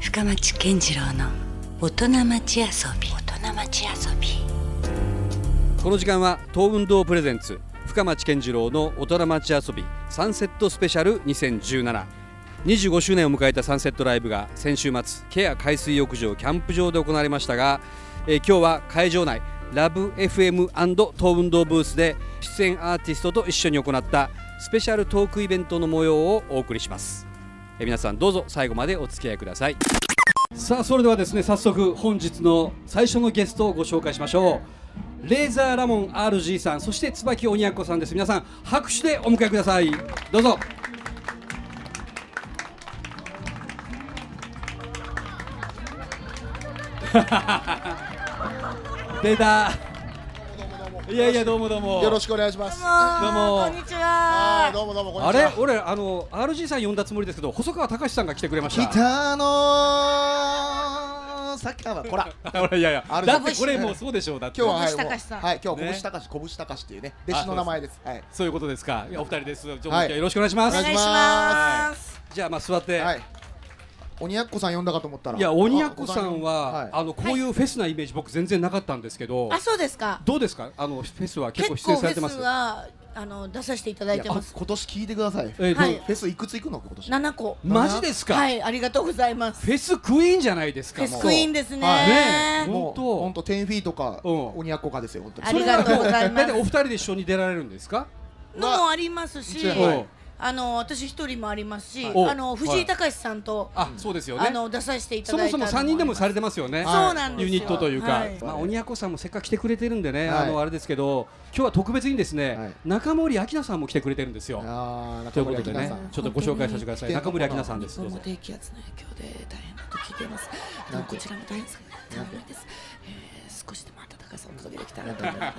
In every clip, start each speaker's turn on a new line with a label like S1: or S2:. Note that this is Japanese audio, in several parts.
S1: 深町健次郎の大人町遊び大人町遊び
S2: この時間は東運動プレゼンツ深町健次郎の大人町遊びサンセットスペシャル2017 25周年を迎えたサンセットライブが先週末ケア海水浴場キャンプ場で行われましたが、えー今日は会場内ラブ FM& 東運動ブースで出演アーティストと一緒に行ったスペシャルトークイベントの模様をお送りします、えー皆さんどうぞ最後までお付き合いくださいさあそれではですね早速本日の最初のゲストをご紹介しましょうレーザーラモン RG さんそして椿鬼奴さんです皆さん拍手でお迎えくださいどうぞ 出たいやいやどうもどうも
S3: よろしくお願いします。あ
S2: どうも
S4: こんにちは。
S3: ーどうもどうもこん
S2: あ
S3: にち
S2: れ
S3: は。
S2: 俺あの RG さん呼んだつもりですけど細川隆さんが来てくれました
S3: 北の坂はこら。
S2: ほらいやいや、
S3: RG
S2: だってこれもうそうでしょう、だって
S3: 今日ははい
S4: 拳隆さん
S3: はい今日
S2: ね
S3: は拳高し拳高しっていうね弟子の名前です。はい。
S2: そういうことですか、いやお二人です、じゃあ
S3: はい
S2: よろしくお願いしま
S3: お
S2: す。
S3: 願いし
S4: ま。
S3: ます
S2: じゃあ、まあ、座って、、
S3: はいい。鬼奴さん呼んだかと思ったら。
S2: や、鬼奴さんは、
S3: あごめん
S2: あのこういうフェスなイメージ、僕、全然なかったんですけど、
S4: あ、そうですか。
S2: どうですか、あのフェスは結
S4: 結構
S2: 構
S4: フ
S2: 出演されてま
S4: ェ
S2: す
S4: ス。はあの出させていただいて
S3: はいい
S4: ま
S3: や
S4: す。
S3: 今年聞いてください。フ
S2: えーどう
S4: はい
S3: ェスいくつ行くの今年。
S4: 七個。
S2: マジですか、
S4: はい、ありがとうございます。
S2: フェスクイーンじゃないですか、
S4: フェス
S2: もう
S4: クイーンですね。
S3: はい
S2: ねえ
S3: もう
S2: 本当
S3: 本当10フィートか
S2: うん
S3: 鬼奴かですよ本当に
S4: あ。りがとうございま
S2: だって
S4: す
S2: お二人で一緒に出られるんですか、
S4: のもありますし、
S3: はい
S4: あの私一人もありますし、
S2: お
S4: あの藤井隆さんと、
S2: あそうですよね
S4: あ、の出させていた
S2: そ
S4: だ
S2: も
S4: いた
S2: そ
S4: の
S2: も三人でもされてますよね、
S4: そうなんです
S2: ユ
S4: よ。
S2: ニットというか、
S4: はい
S2: まあ鬼奴さんもせっかく来てくれてるんでね、
S3: はい
S2: あのあれですけど、今日は特別にですね、
S3: はい
S2: 中森明菜さんも来てくれてるんですよ。
S3: ああ
S2: とい
S3: 中
S2: うこ
S3: 森
S2: と
S3: 明
S2: で
S3: 菜
S2: ね
S3: さん、。
S2: ちょっとご紹介させてください。中
S3: 本当
S2: 森
S3: に
S2: 明菜さんです。どう
S5: どうも
S2: ぞ。
S5: 低気圧の影響で大変なと聞いています。あのこちらも大変ですけど、大変です。えー、少しでも暖かさをお届けできたらと思います。えー、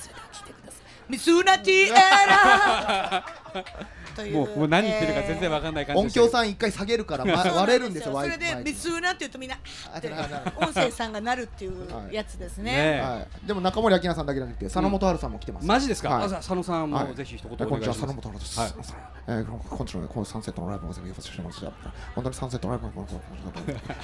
S5: それでは聞いてください。
S4: ミスーナティエラ。と いう
S2: もうもう何言ってるか全然わかんない感じ
S3: 音
S2: ですけど。
S3: 響さん一回下げるか らま
S4: そうなん
S3: 割れるんですよ。
S4: そ
S3: ワイ
S4: れで
S3: マイク
S4: ミスーナって言うとみんなあーって
S3: あなるほ
S4: 音声さんがなるっていう
S3: はい
S4: やつですね。
S2: ね
S3: はい。でも中森明菜さんだけじゃなくて佐野元春さんも来てま
S2: え。
S3: す。
S2: マジですか。
S3: はい
S2: あじゃあ佐野さん
S3: は
S2: も
S3: い
S2: ぜひ一言お
S3: えこん
S2: 願い
S3: に
S2: し
S3: ち
S2: ます。
S3: は、佐野元春です。
S2: は
S3: はいい、えー、この、こんにちは、このサンセットのライブも全部よろしくお願いします。本当にサンセットのライブも、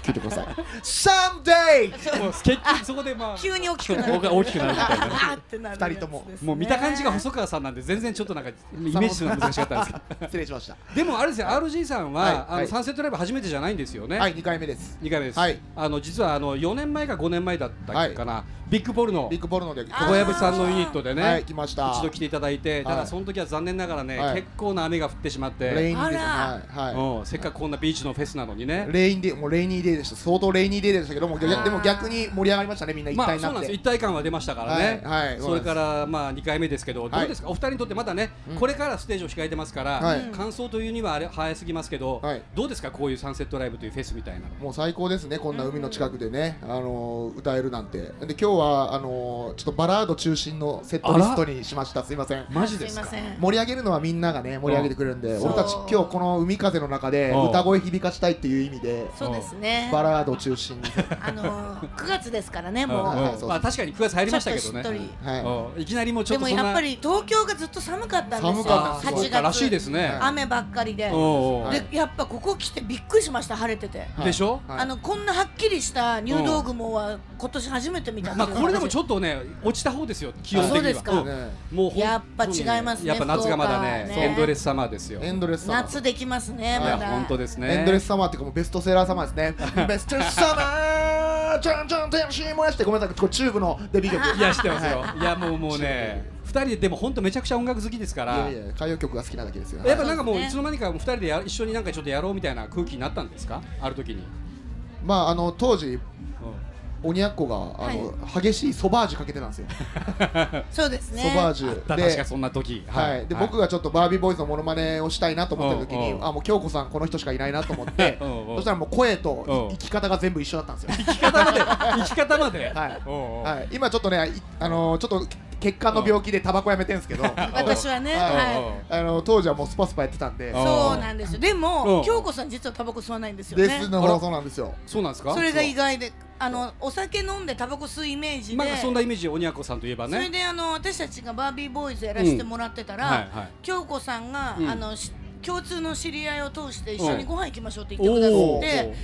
S3: 聞いてください。サンデー。
S2: もう結局そこで まあ
S4: 急に大きくなる。
S2: 大きくなるみたいな ね
S4: あーってなるやつですね。
S3: 二人とも
S2: もう見た感じが細川さんなんで全然ちょっとなんかイメージするの難しかったんですけど。
S3: 失礼しました。
S2: でもあれですよ。RG さん
S3: はい
S2: はあ
S3: は
S2: の
S3: い
S2: サンセットライブ初めてじゃないんですよね。
S3: はい、二回目です。
S2: 二回目です。
S3: はい
S2: あの実はあの四年前か五年前だったっけかな。ビッグポールの
S3: ビッグボールので、
S2: 小籔さんのユニットで
S3: は
S2: ね
S3: い、。来ました。
S2: 一度来ていただいて、た
S3: は
S2: だ
S3: い
S2: その時は残念ながらね、
S3: はい
S2: 結構な雨が降ってしまって、
S3: レイニーデ
S4: あ
S3: ーです。はい。は
S2: うん、せっかくこんなビーチのフェスなのにね
S3: い。。レイニーデー、もうレイニーデーでした。相当レイニーデーでしたけども、いやでも逆に盛り上がりましたね、みんな一
S2: ま
S3: 体
S2: あ
S3: に
S2: そ
S3: な
S2: うなんで
S3: っ
S2: すよ
S3: て
S2: 一。体感は出ましたからね、
S3: はいはい
S2: それからまあ2回目ですけど、どうですか、お二人にとってまだね、これからステージを控えてますから、
S3: はい
S2: 感想というにはあれ早すぎますけど、
S3: はい
S2: どうですか、こういうサンセットライブというフェスみたいなの、
S3: もう最高ですね、こんな海の近くでね、あのー歌えるなんて。で、今日は、あのーちょっとバラード中心のセットリストにしました。すいません。
S2: マジですか、
S4: すいません。
S3: 盛り上げるのはみんながね盛り上げてくれるんで
S4: そう
S3: 俺たち今日この海風の中で
S2: うん
S3: 歌声響かしたいっていう意味で
S4: そうですね。
S3: バラードを中 心に
S4: あのー9月ですからね、
S2: うん
S4: もう。
S3: はい
S2: うん
S3: そうそう
S2: まあ、確かに9月入り
S4: ちょ
S2: ま
S4: っ
S2: した
S4: と
S2: けど
S4: しっ
S2: ね、
S4: とり。
S3: は
S2: うんいきなりもうちょ
S4: で
S2: っと
S4: も
S2: そんな
S4: やっぱり東京がずっと寒かったんですよ。
S3: 寒かった
S2: あー
S4: 8
S2: そうからしいです
S4: 月。
S2: ね。
S3: は
S4: 雨ばっかりで。
S2: おうおう
S3: はい
S4: で、やっぱここ来てびっくりしました、晴れてて。
S3: い
S2: でしょ
S3: はい
S4: あのこんなはっきりした入道雲は今年初めて見た
S2: まあ、これでもち
S4: ょっ
S2: ょっとね、落ちた方ですよ、気温的には。
S4: そうですか
S2: ん
S3: ね
S2: もう本当に
S4: やっぱ違いますね
S2: やっぱ夏がまだね
S4: 福岡はね
S2: エンドレスサマーですよ。
S3: エンドレスサマー
S4: 夏できますね、
S2: い
S4: ま
S2: や
S4: だ。
S2: 本当ですね。
S3: エンドレスサマーっていうかもうベストセラーサマーです ねベストサマーちゃんちゃん天使燃やしてごめんなさいこれチューブのデビュー曲
S2: いやしてますよ。いやもうもうね二人ででも本当めちゃくちゃ音楽好きですから。
S3: いやいや歌謡曲が好きなだけですよ
S2: やっぱなんかも
S4: そう
S2: う
S4: です
S2: い
S4: ね
S2: つの間にかもう二人でや一緒になんかちょっとやろうみたいな空気になったんですかある時に、
S3: まああの当時鬼奴があの、激しいソバージュかけてたんですよ、
S4: そうですね。
S3: ソバー
S2: う
S3: ジ
S2: ん、あっ
S3: ュ
S2: た確かそんな時
S3: はい、で、僕がちょっとバービーボーイズのモノマネをしたいなと思った時に、
S2: うんうん
S3: あもう京子さんこの人しかいないなと思って、
S2: うんうん
S3: そしたらもう声と
S2: うん
S3: い生き方が全部一緒だったんですよ。
S2: 生き方まで生き方まで
S3: はい
S2: おうおう
S3: はい、今ちょっとね、いあのーちょっと血管の病気でタバコやめてるんですけ ど、
S4: 私はね、
S3: はい
S4: はい。
S3: あの当時はもうスパスパやってたんで、
S2: あ
S4: そうなんですよ。で
S2: う
S4: も
S2: ん、
S4: 京子さん実はタバコ吸わないんですよ
S3: レ
S4: ね。
S3: ッスンの方がそうなんですよ。
S2: そうなんですか
S4: それが意外で、あのお酒飲んでタバコ吸うイメージで。
S2: なんかそんなイメージ鬼奴さんといえば
S4: それ
S2: ね
S4: であの私たちがバービーボーイズやらせてもらってたら、
S2: うんはいはい
S4: 京子さんが、
S2: うん
S4: あのし共通の知り合いを通して一
S2: う
S4: 緒
S2: ん
S4: にご飯行きましょうって言ってくださ
S2: お
S4: って、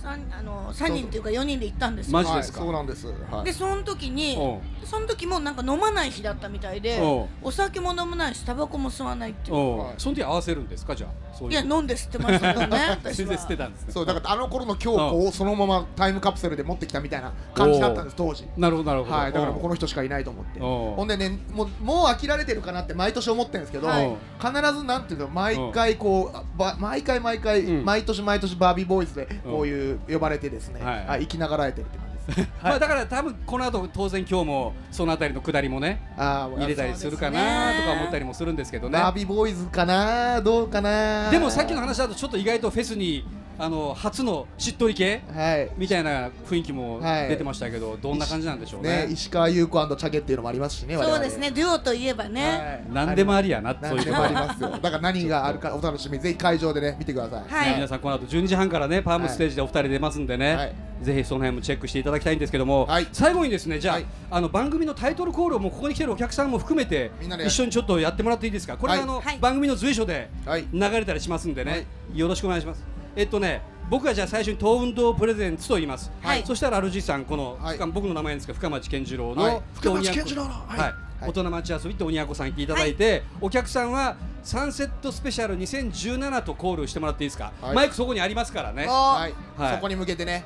S4: 三あの三人というか四人で行ったんですよ
S2: マジですか
S3: はい、そうなんです、はい、
S4: でその時に
S2: お
S4: その時もなんか飲まない日だったみたいで
S2: おう
S4: お酒も飲まないしタバコも吸わないっていう
S2: おう、
S3: はい
S2: その時合わせるんですかじゃあそう
S4: い
S2: い
S4: や
S2: う
S4: 飲んで吸ってましたけどね 私
S2: 全
S4: は
S2: 然捨てたんですね
S3: そうだからあの頃の京子をそのままタイムカプセルで持ってきたみたいな感じだったんです当時
S2: なるほどなるほど
S3: はいだからもうこ
S2: の
S3: の人しかいないと思って
S2: おう
S3: ほんでねもうもう飽きられてるかなって毎年思ってるんですけど、
S4: はい
S3: 必ずなんていうの毎回こうあば毎回毎回、
S2: うん
S3: 毎年毎年バービーボーイズで
S2: うん
S3: こういう呼ばれてですね、
S2: はい
S3: あ生きながらえてるって感じ です
S2: まあだから多分この後当然今日もそのあたりの下りもね
S3: あー
S2: 入れたりするかなとか思ったりもするんですけどね
S3: バービーボーイズかなどうかな
S2: でもさっきの話だとちょっと意外とフェスにあの初のしっとり系
S3: はい
S2: みたいな雰囲気も
S3: はい
S2: 出てましたけどどんな感じなんでしょう
S3: ね
S2: ね
S3: 石川優子チャゲっていうのもありますしね我々
S4: そうですねデュオといえばね
S3: はい
S2: 何でもありやなそう
S3: 何
S2: いう
S3: で
S2: と
S3: も
S2: こ
S3: あり ますよだから何があるかお楽しみぜひ会場でね見てください
S4: はい
S2: 皆さんこの後12時半からねパームステージでお二人出ますんでね、
S3: はい
S2: ぜひその辺もチェックしていただきたいんですけども、
S3: はい
S2: 最後にですねじゃあ,、
S3: はい
S2: あの番組のタイトルコールをもうここに来てるお客さんも含めて
S3: みんなで
S2: 一緒にちょっとやってもらっていいですかこれ、
S3: はい
S2: あの
S4: はい
S2: 番組の随所で
S3: はい
S2: 流れたりしますんでね、
S3: はい
S2: よろしくお願いしますえっとね僕がじゃあ最初に東運動プレゼンツと言います、
S4: はい
S2: そしたらアルジさんこの、
S3: はい
S2: 深僕の名前ですが深町健次郎の、
S3: はい深町
S2: 鬼奴
S3: 健次郎の
S2: は
S3: はいいはい
S2: 大人町遊びって鬼奴さん行っていただいて、お客さんはサンセットスペシャル2017とコールしてもらっていいですか、
S3: はい
S2: マイクそこにありますからね
S3: はい
S2: はい
S3: そこに向けてね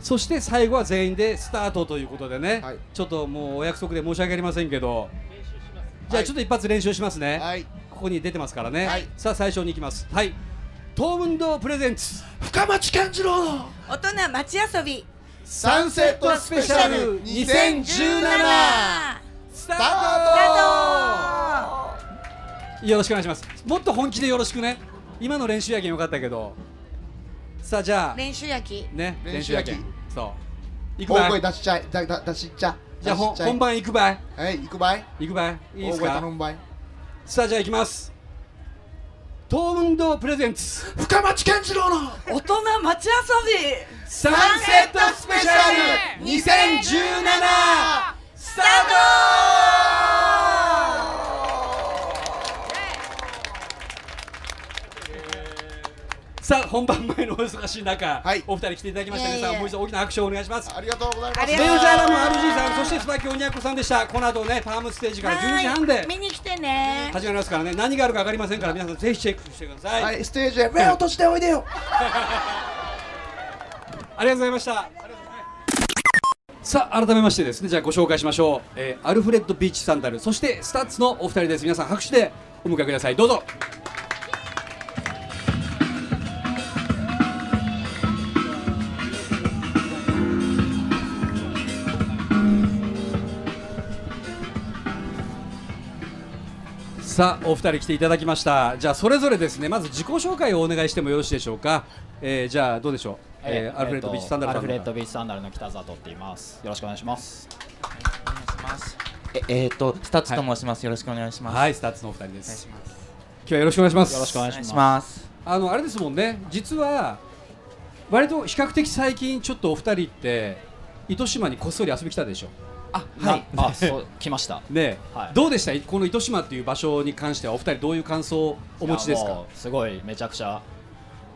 S2: そして最後は全員でスタートということでね、
S3: はい
S2: ちょっともうお約束で申し訳ありませんけどじゃあちょっと一発練習しますね、
S3: はい
S2: ここに出てますからね、
S3: はい
S2: さあ最初に行きますはい東運動プレゼンツ
S3: 深町健次郎の
S4: 大人町遊び
S3: サンセットスペシャル2017
S2: スター
S3: ー
S2: ト
S3: ト
S2: よろしくお願いしますもっと本気でよろしくね今の練習やけんよかったけどさあじゃあ
S4: 練習焼き
S2: ね
S3: 練習やけん
S2: そう行く
S3: 大
S2: ば
S3: 声
S2: い
S3: 出しちゃいだだ出しちゃ
S2: じゃあ
S3: 出
S2: 本
S3: しちい
S2: 本番行くばい
S3: はい行くばい
S2: 行くばいいいで
S3: 大
S2: す
S3: 声
S2: か
S3: 頼むばい
S2: さあじゃあ行きます東運動プレゼンツ
S3: 深町健次郎の
S5: 大人町遊び
S2: サンセットスペシャル2017スタートさあ本番前のお忙しい中、
S3: はい
S2: お二人来ていただきました
S4: いえいえ
S2: 皆さんもう一度大きな拍手をお願いします
S3: ありがとうございま
S4: あ
S3: す
S2: レ
S4: りが
S2: イ
S4: とう
S2: ザーラム RG さんそして椿鬼奴さんでしたこの後ねパームステージから12時半
S4: は
S2: で
S4: い見に来てね
S2: 始まりますからね何があるか分かりませんから皆さんぜひチェックしてください、
S3: はいステージへ目を閉じておいでよ
S2: ありがとうございました。さあ改めましてですねじゃあご紹介しましょう、えーアルフレッド・ビーチ・サンダルそしてスタッツのお二人です皆さん拍手でお迎えくださいどうぞさあお二人来ていただきましたじゃあそれぞれですねまず自己紹介をお願いしてもよろしいでしょうか、えーじゃあどうでしょう、えーアルフレッド・ビーチ・サンダル
S6: ア
S2: さん
S6: ルフ
S2: の
S6: レッドビーチサンダルの北里って言いますよろしくお願いします
S7: ええー、とスタッツと申します、よろしくお願いします、
S2: はいスタッツのお二人です今日はよろしくお願いします
S6: よろしくお願
S7: お
S6: いし
S7: 願い
S6: ます
S7: します
S2: あのあれですもんね実は割と比較的最近ちょっとお二人って糸島にこっそり遊び来たでしょ
S6: あはいあそう来ました
S2: ねえ、
S6: はい
S2: どうでしたこの糸島っていう場所に関してはお二人どういう感想をお持ちです
S6: いや
S2: か
S6: もうすごいめちゃくちゃ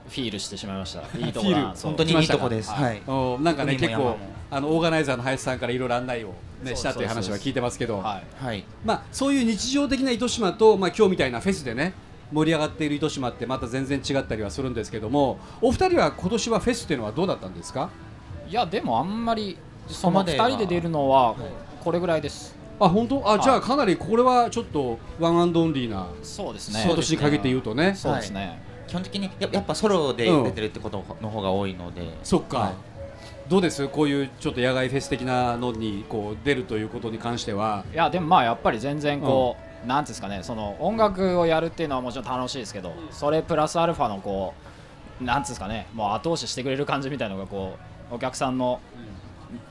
S6: フィールしてしまい ましたいいとこだ
S2: フィール
S6: そう
S7: 本当にいいとこです
S6: 来ました
S7: は
S6: か
S7: い、
S2: おなんかね
S7: 海も
S2: 結構
S7: 山も
S2: あのオーガナイザーの林さんからいろいろ案内を、ね、
S6: そう
S2: したという話は聞いてますけど、
S6: はい
S7: はい、
S2: まあ、そういう日常的な糸島と、まあ、今日みたいなフェスでね盛り上がっている糸島ってまた全然違ったりはするんですけどもお二人は今年はフェスっていうのはどうだったんですか
S6: いやでもあんまりそ
S7: こま
S6: の
S7: で
S6: 二
S7: は
S6: 人で出るのはこれぐらいです
S2: あ本当あ、
S6: い
S2: じゃあかなりこれはちょっとワンアンドオンリーな、
S6: そうですね
S2: 今年に限って言うとね
S6: そうですね
S7: 基本的にややっぱソロで出てるってことの方が多いので、
S2: そっか、
S7: はい
S2: どうですこういうちょっと野外フェス的なのにこう出るということに関してはい
S6: やでもまあやっぱり全然こう、なんていうんですかねその音楽をやるっていうのはもちろん楽しいですけど、それプラスアルファのこうなんていうんですかねもう後押ししてくれる感じみたいなのがこうお客さんの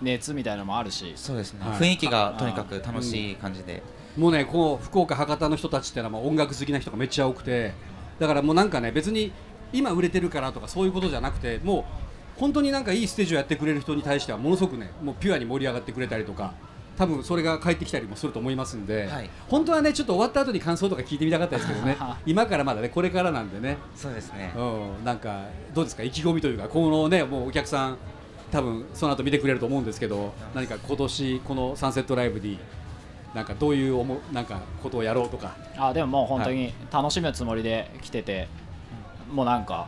S6: 熱みたいなのもあるし、
S7: そうですね、
S2: はい
S7: 雰囲気がとにかく楽しい感じで、
S2: もうねこう福岡博多の人たちってのはまあ音楽好きな人がめっちゃ多くてだからもうなんかね別に今売れてるからとかそういうことじゃなくてもう本当になんかいいステージをやってくれる人に対してはものすごくねもうピュアに盛り上がってくれたりとか多分それが返ってきたりもすると思いますんで、
S7: はい
S2: 本当はねちょっと終わった後に感想とか聞いてみたかったですけど ね今からまだねこれからなんでね、
S7: そうですね。
S2: うん、なんかどうですか意気込みというかこのねもうお客さん多分その後見てくれると思うんですけど何か今年このサンセットライブになんかどういう思うなんかことをやろうとか
S6: あでももう本当に楽しむつもりで来てて、もうなんか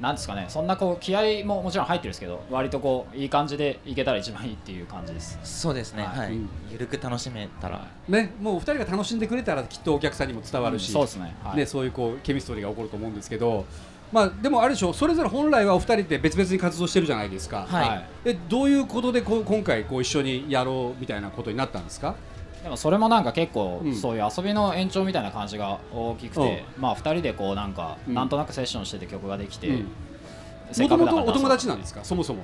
S6: なんですかねそんなこう気合ももちろん入ってるんですけど割とこういい感じでいけたら一番いいっていう感じです
S7: そうですね。
S6: は
S7: はいい
S2: うん。
S7: ゆるく楽しめたら。
S2: ね、もうお二人が楽しんでくれたらきっとお客さんにも伝わるし、
S6: うんそうですねはい
S2: そういうこうケミストリーが起こると思うんですけど、まあ、でもあるでしょうそれぞれ本来はお二人って別々に活動してるじゃないですか、
S7: はい
S2: えどういうことでこう今回こう一緒にやろうみたいなことになったんですか
S6: でもそれもなんか結構
S2: うん
S6: そういう遊びの延長みたいな感じが大きくて、まあ2人でこうなんか
S2: うん
S6: なんとなくセッションしてて曲ができて、
S2: うん
S6: せっ
S2: も
S6: か
S2: とも
S6: くだから
S2: とお友達なんですかそもそも。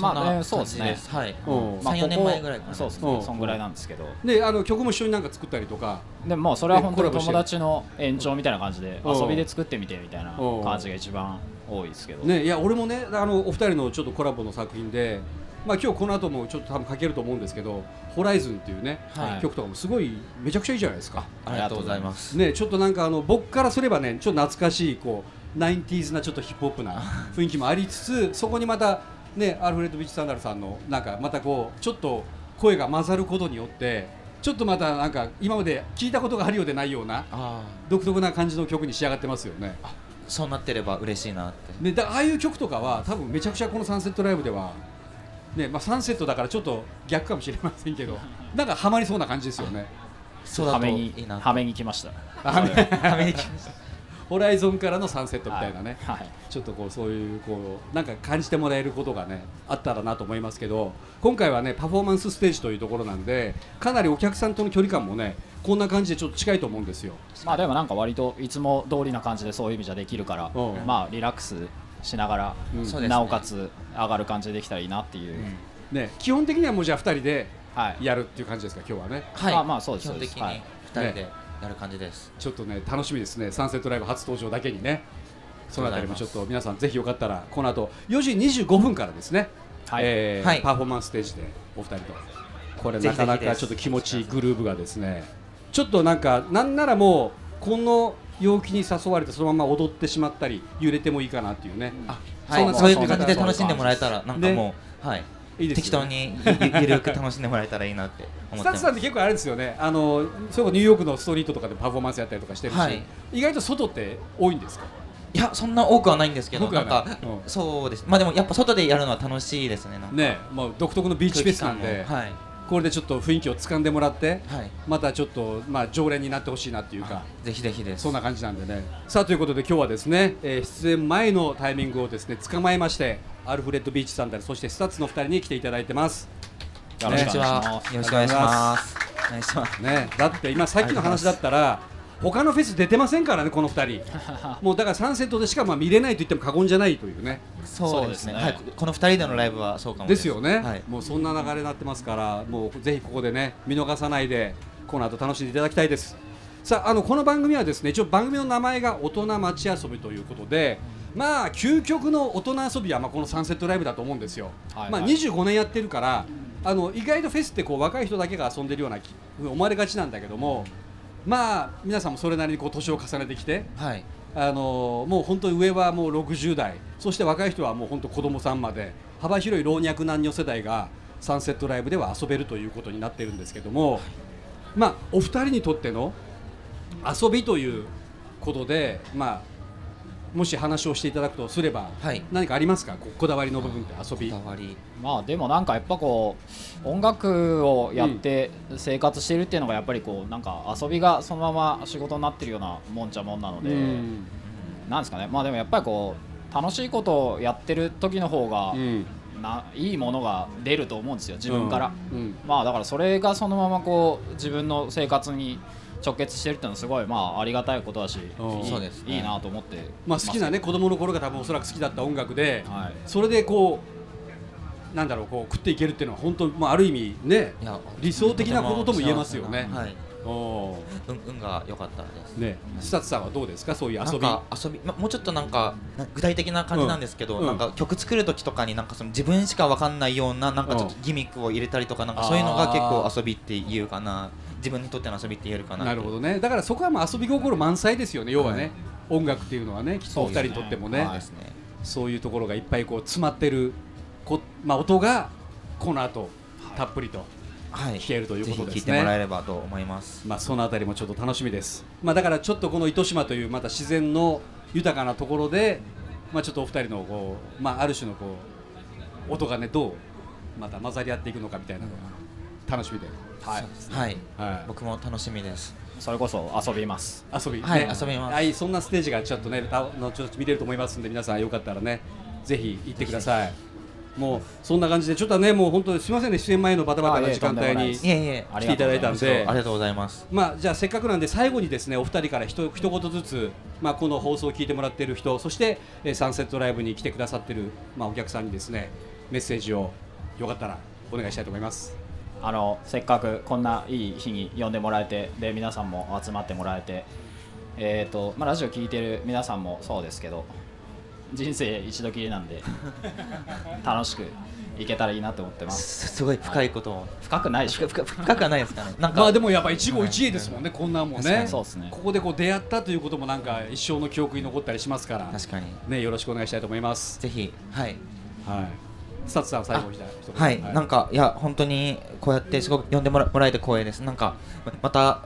S6: まあ
S7: んな
S6: ねそうですね
S7: 感じはい。
S2: うん
S6: まあ
S7: 三四年前ぐらいか
S6: ここ
S7: な。
S6: そうです
S2: う
S6: ね
S2: ん
S6: そんぐらいなんですけど
S2: であの曲も一緒になんか作ったりとか、
S6: でもうそれは本当に
S2: コラボして
S6: 友達の延長みたいな感じで
S2: うん
S6: 遊びで作ってみてみたいな
S2: うん
S6: 感じが一番多いですけど、
S2: ね、いや俺もねあのお二人のちょっとコラボの作品で、まあ、今日この後もちょっと多分かけると思うんですけど「ホライズンっていうね、
S6: はい
S2: 曲とかもすごいめちゃくちゃいいじゃないですか。
S7: ありがとうございます。
S2: ね、ちょっとなんかあの僕からすればねちょっと懐かしいこう 90s なちょっとヒップホップ な雰囲気もありつつそこにまた、ね、アルフレッド・ビッチ・サンダルさんのなんかまたこうちょっと声が混ざることによってちょっとまたなんか今まで聞いたことがあるようでないような
S7: あ
S2: 独特な感じの曲に仕上がってますよね。
S7: あ、そうなってれば嬉しいなって。
S2: ね、だああいう曲とかは多分めちゃくちゃこのサンセットライブでは、ねまあ、サンセットだからちょっと逆かもしれませんけ どなんかハマりそうな感じですよね。
S7: そう
S6: は
S7: だと
S6: め
S7: い
S6: に
S7: いな。
S6: はめに来ました
S2: はめ
S7: はめに来ました。
S2: ホライゾンからのサンセットみたいなね。
S6: はいはい
S2: ちょっとこうそういうこうなんか感じてもらえることがねあったらなと思いますけど今回はねパフォーマンスステージというところなんでかなりお客さんとの距離感もねこんな感じでちょっと近いと思うんですよ。
S6: まあでもなんか割といつも通りな感じでそういう意味じゃできるから、
S2: うん
S6: まあリラックスしながら、
S2: うん
S7: そうですね
S6: なおかつ上がる感じでできたらいいなっていう、
S2: ね基本的にはもうじゃあ2人で
S6: はい
S2: やるっていう感じですか今日はね。
S7: はい。
S6: まあまあそうです
S7: 基本的
S6: そうで
S7: に
S6: す
S7: 二
S2: はい
S7: 人でやる感じです。
S2: ちょっとね楽しみですね、サンセットライブ初登場だけにね、そのあたりもちょっと皆さん、ぜひよかったら、この後4時25分からですね、
S6: はい
S2: えー
S7: はい
S2: パフォーマンスステージでお二人と、これ、
S7: ぜ
S2: な
S7: ひ
S2: か
S7: ぜひ
S2: なかちょっと気持ちいいグルーブがですね、ちょっとなんか、なんならもう、この陽気に誘われて、そのまま踊ってしまったり、揺れてもいいかなっていうね、
S7: は。
S2: そんない
S7: そうい
S2: そん
S7: う
S2: な
S7: 感じで楽しんでもらえたら、なんか
S2: ね
S7: もう、はい。
S2: いいです
S7: 適
S2: よ
S7: 当
S2: ね
S7: にゆゆるく楽しんでもらえたらいいなって
S2: ス
S7: 思って
S2: タッ
S7: ま
S2: ツ
S7: す
S2: さん。って結構あれですよね、あのそれこそニューヨークのストリートとかでパフォーマンスやったりとかしてるし、
S7: はい
S2: 意外と外って多いんですか、
S7: いや、そんな多くはないんですけど、
S2: 多くは
S7: なん
S2: ない
S7: か
S2: う、ん
S7: そうです。まあでもやっぱ外でやるのは楽しいですね。なんか
S2: ねまあ、独特のビーチフェスなんで。
S7: 空気感もはい。
S2: これでちょっと雰囲気を掴んでもらって、
S7: はい
S2: またちょっと、まあ、常連になってほしいなっていうか、
S7: ぜひぜひです。
S2: そんな感じなんでね。さあということで今日はですね、えー出演前のタイミングをですね捕まえましてアルフレッド・ビーチさんたちそしてスタッツの2人に来ていただいてます。
S6: よ
S7: こ
S6: ろ
S7: ん
S6: し
S7: に
S6: く
S7: ち
S6: お願いし
S7: は
S6: ま。
S7: よろしくお願いします。お願いします。
S2: ね、だって今さっきの話だったら他のフェス出てませんからねこの2人 もうだからサンセットでしかまあ見れないと言っても過言じゃないというね
S7: そ
S6: そ
S7: うですね。
S6: うですね
S7: はい。ここの二人でのライブはそうかも
S2: ですよね、
S7: はい。
S2: もうそんな流れになってますからもうぜひここでね見逃さないでこの後楽しんでいただきたいですさああのこの番組はですね一応番組の名前が大人町遊びということでまあ究極の大人遊びはまあこのサンセットライブだと思うんですよ、
S6: はい
S2: まあ
S6: はい
S2: 25年やってるからあの意外とフェスってこう若い人だけが遊んでるような気思われがちなんだけどもまあ皆さんもそれなりにこう年を重ねてきて
S7: はい。
S2: あのーもう本当に上はもう60代そして若い人はもう本当子供さんまで幅広い老若男女世代がサンセットライブでは遊べるということになっているんですけども、まあ、お二人にとっての遊びということで、まあ、もし話をしていただくとすれば、
S7: はい
S2: 何かありますかここだわりの部分って遊び
S7: こだわり。
S6: まあでもなんかやっぱこう音楽をやって生活してるっていうのがやっぱりこうなんか遊びがそのまま仕事になってるようなもんちゃもんなので、
S2: うん
S6: なんですかねまあでもやっぱりこう楽しいことをやってる時の方が、
S2: うん
S6: ないいものが出ると思うんですよ自分から、
S2: うんうん
S6: まあだからそれがそのままこう自分の生活に直結してるってのはすごいまあありがたいことだし、
S2: うん
S6: いい
S7: そうですね
S6: いいなと思って
S2: まあ、好きなね子供の頃が多分おそらく好きだった音楽で、
S6: はい
S2: それでこうなんだろうこう食っていけるっていうのは本当まあある意味ね
S7: いや
S2: 理想的なこととも言えますよね
S7: はい。
S2: お
S7: 運運が良かったです
S2: ーね視察さんはどうですかそういう
S7: な
S2: 遊
S7: ん
S2: び
S7: か遊び、ま、もうちょっとなんかな具体的な感じなんですけど、
S2: うん
S7: なんか曲作る時とかになんかその自分しかわかんないようななんかちょっとギミックを入れたりとかなんかそういうのが結構遊びって言うかな自分にとっての遊びって言えるかな
S2: なるほどねだからそこはまあ遊び心満載ですよね要はね、音楽っていうのはねきっとお二人にとってもね
S7: ですね
S2: そういうところがいっぱいこう詰まってるこ、まあ、音がこの後たっぷりと、
S7: はい
S2: 聞けるということですね
S7: ぜひ聞いてもらえればと思います
S2: まあ、そのあたりもちょっと楽しみです、まあ、だからちょっとこの糸島というまた自然の豊かなところで、まあ、ちょっとお二人のこう、まあ、ある種のこう音がねどうまた混ざり合っていくのかみたいなのが楽しみで、はい
S7: はい
S2: はい
S7: 僕も楽しみです
S6: それこそ遊びます
S2: 遊び、
S7: はい
S2: ね
S7: 遊びます
S2: はい、そんなステージがちょっとね、あのちょっと見れると思いますんで、皆さんよかったらね、ぜひ行ってください。もうそんな感じで、ちょっとね、もう本当にすみませんね、出演前のバタバタな時間
S6: あいえ
S2: 帯
S6: とんでもない
S2: に
S6: で
S7: い
S2: 来
S7: えいえ
S6: あり
S2: て
S6: が
S2: いた
S6: と
S2: だ
S6: うご
S2: いたん
S6: ざいます
S2: で
S7: あり、がとうございます
S2: まあじゃあせっかくなんで最後にですね、お二人から一一言ずつ、まあこの放送を聞いてもらっている人、そしてえーサンセットライブに来てくださってるまあお客さんにですね、メッセージをよかったらお願いしたいと思います。
S6: あのせっかくこんないい日に呼んでもらえてで皆さんも集まってもらえてえっ、とまあラジオ聞いてる皆さんもそうですけど人生一度きり なんで楽しくいけたらいいなと思ってます
S7: すすごい深いことを
S6: 深くないでしょ
S7: 深深深くはないですかねなんか
S2: まあでもやっぱ一期一会ですもんね、こんなんも
S6: 確か
S2: ね
S6: にそうっすね
S2: ここでこう出会ったということもなんか一生の記憶に残ったりしますから
S7: 確かに
S2: ねよろしくお願いしたいと思います
S7: ぜひはい
S2: はいスタッツさん最後に一言
S7: はい、なんかいや本当にこうやってすごく呼んでもらもらえて光栄ですなんかままた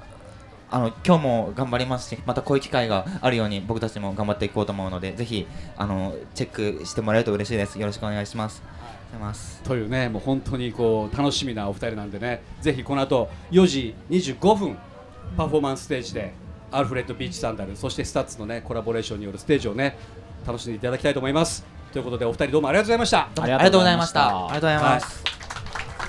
S7: あの今日も頑張りますしまたこういう機会があるように僕たちも頑張っていこうと思うのでぜひあのチェックしてもらえると嬉しいですよろしくお願いします、ありがとうございます
S2: というねもう本当にこう楽しみなお二人なんでねぜひこの後4時25分パフォーマンスステージでアルフレッド・ビーチ・サンダルそしてスタッツのねコラボレーションによるステージをね楽しんでいただきたいと思いますということでお二人どうもありがとうございました
S6: あ
S7: あ
S6: り
S7: り
S6: が
S7: が
S6: とうご
S7: とう
S6: ざ
S7: ござ
S6: い
S7: い
S6: ま
S7: ま
S6: し
S7: したたありがとうございます、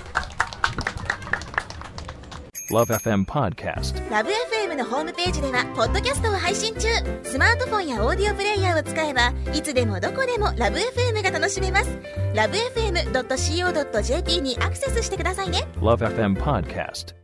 S8: Love FM Podcast.
S9: ラブ f m のホームページではポッドキャストを配信中スマートフォンやオーディオプレイヤーを使えばいつでもどこでもラブ f m が楽しめますラブ FM.co.jp にアクセスしてくださいね
S8: Love FM Podcast.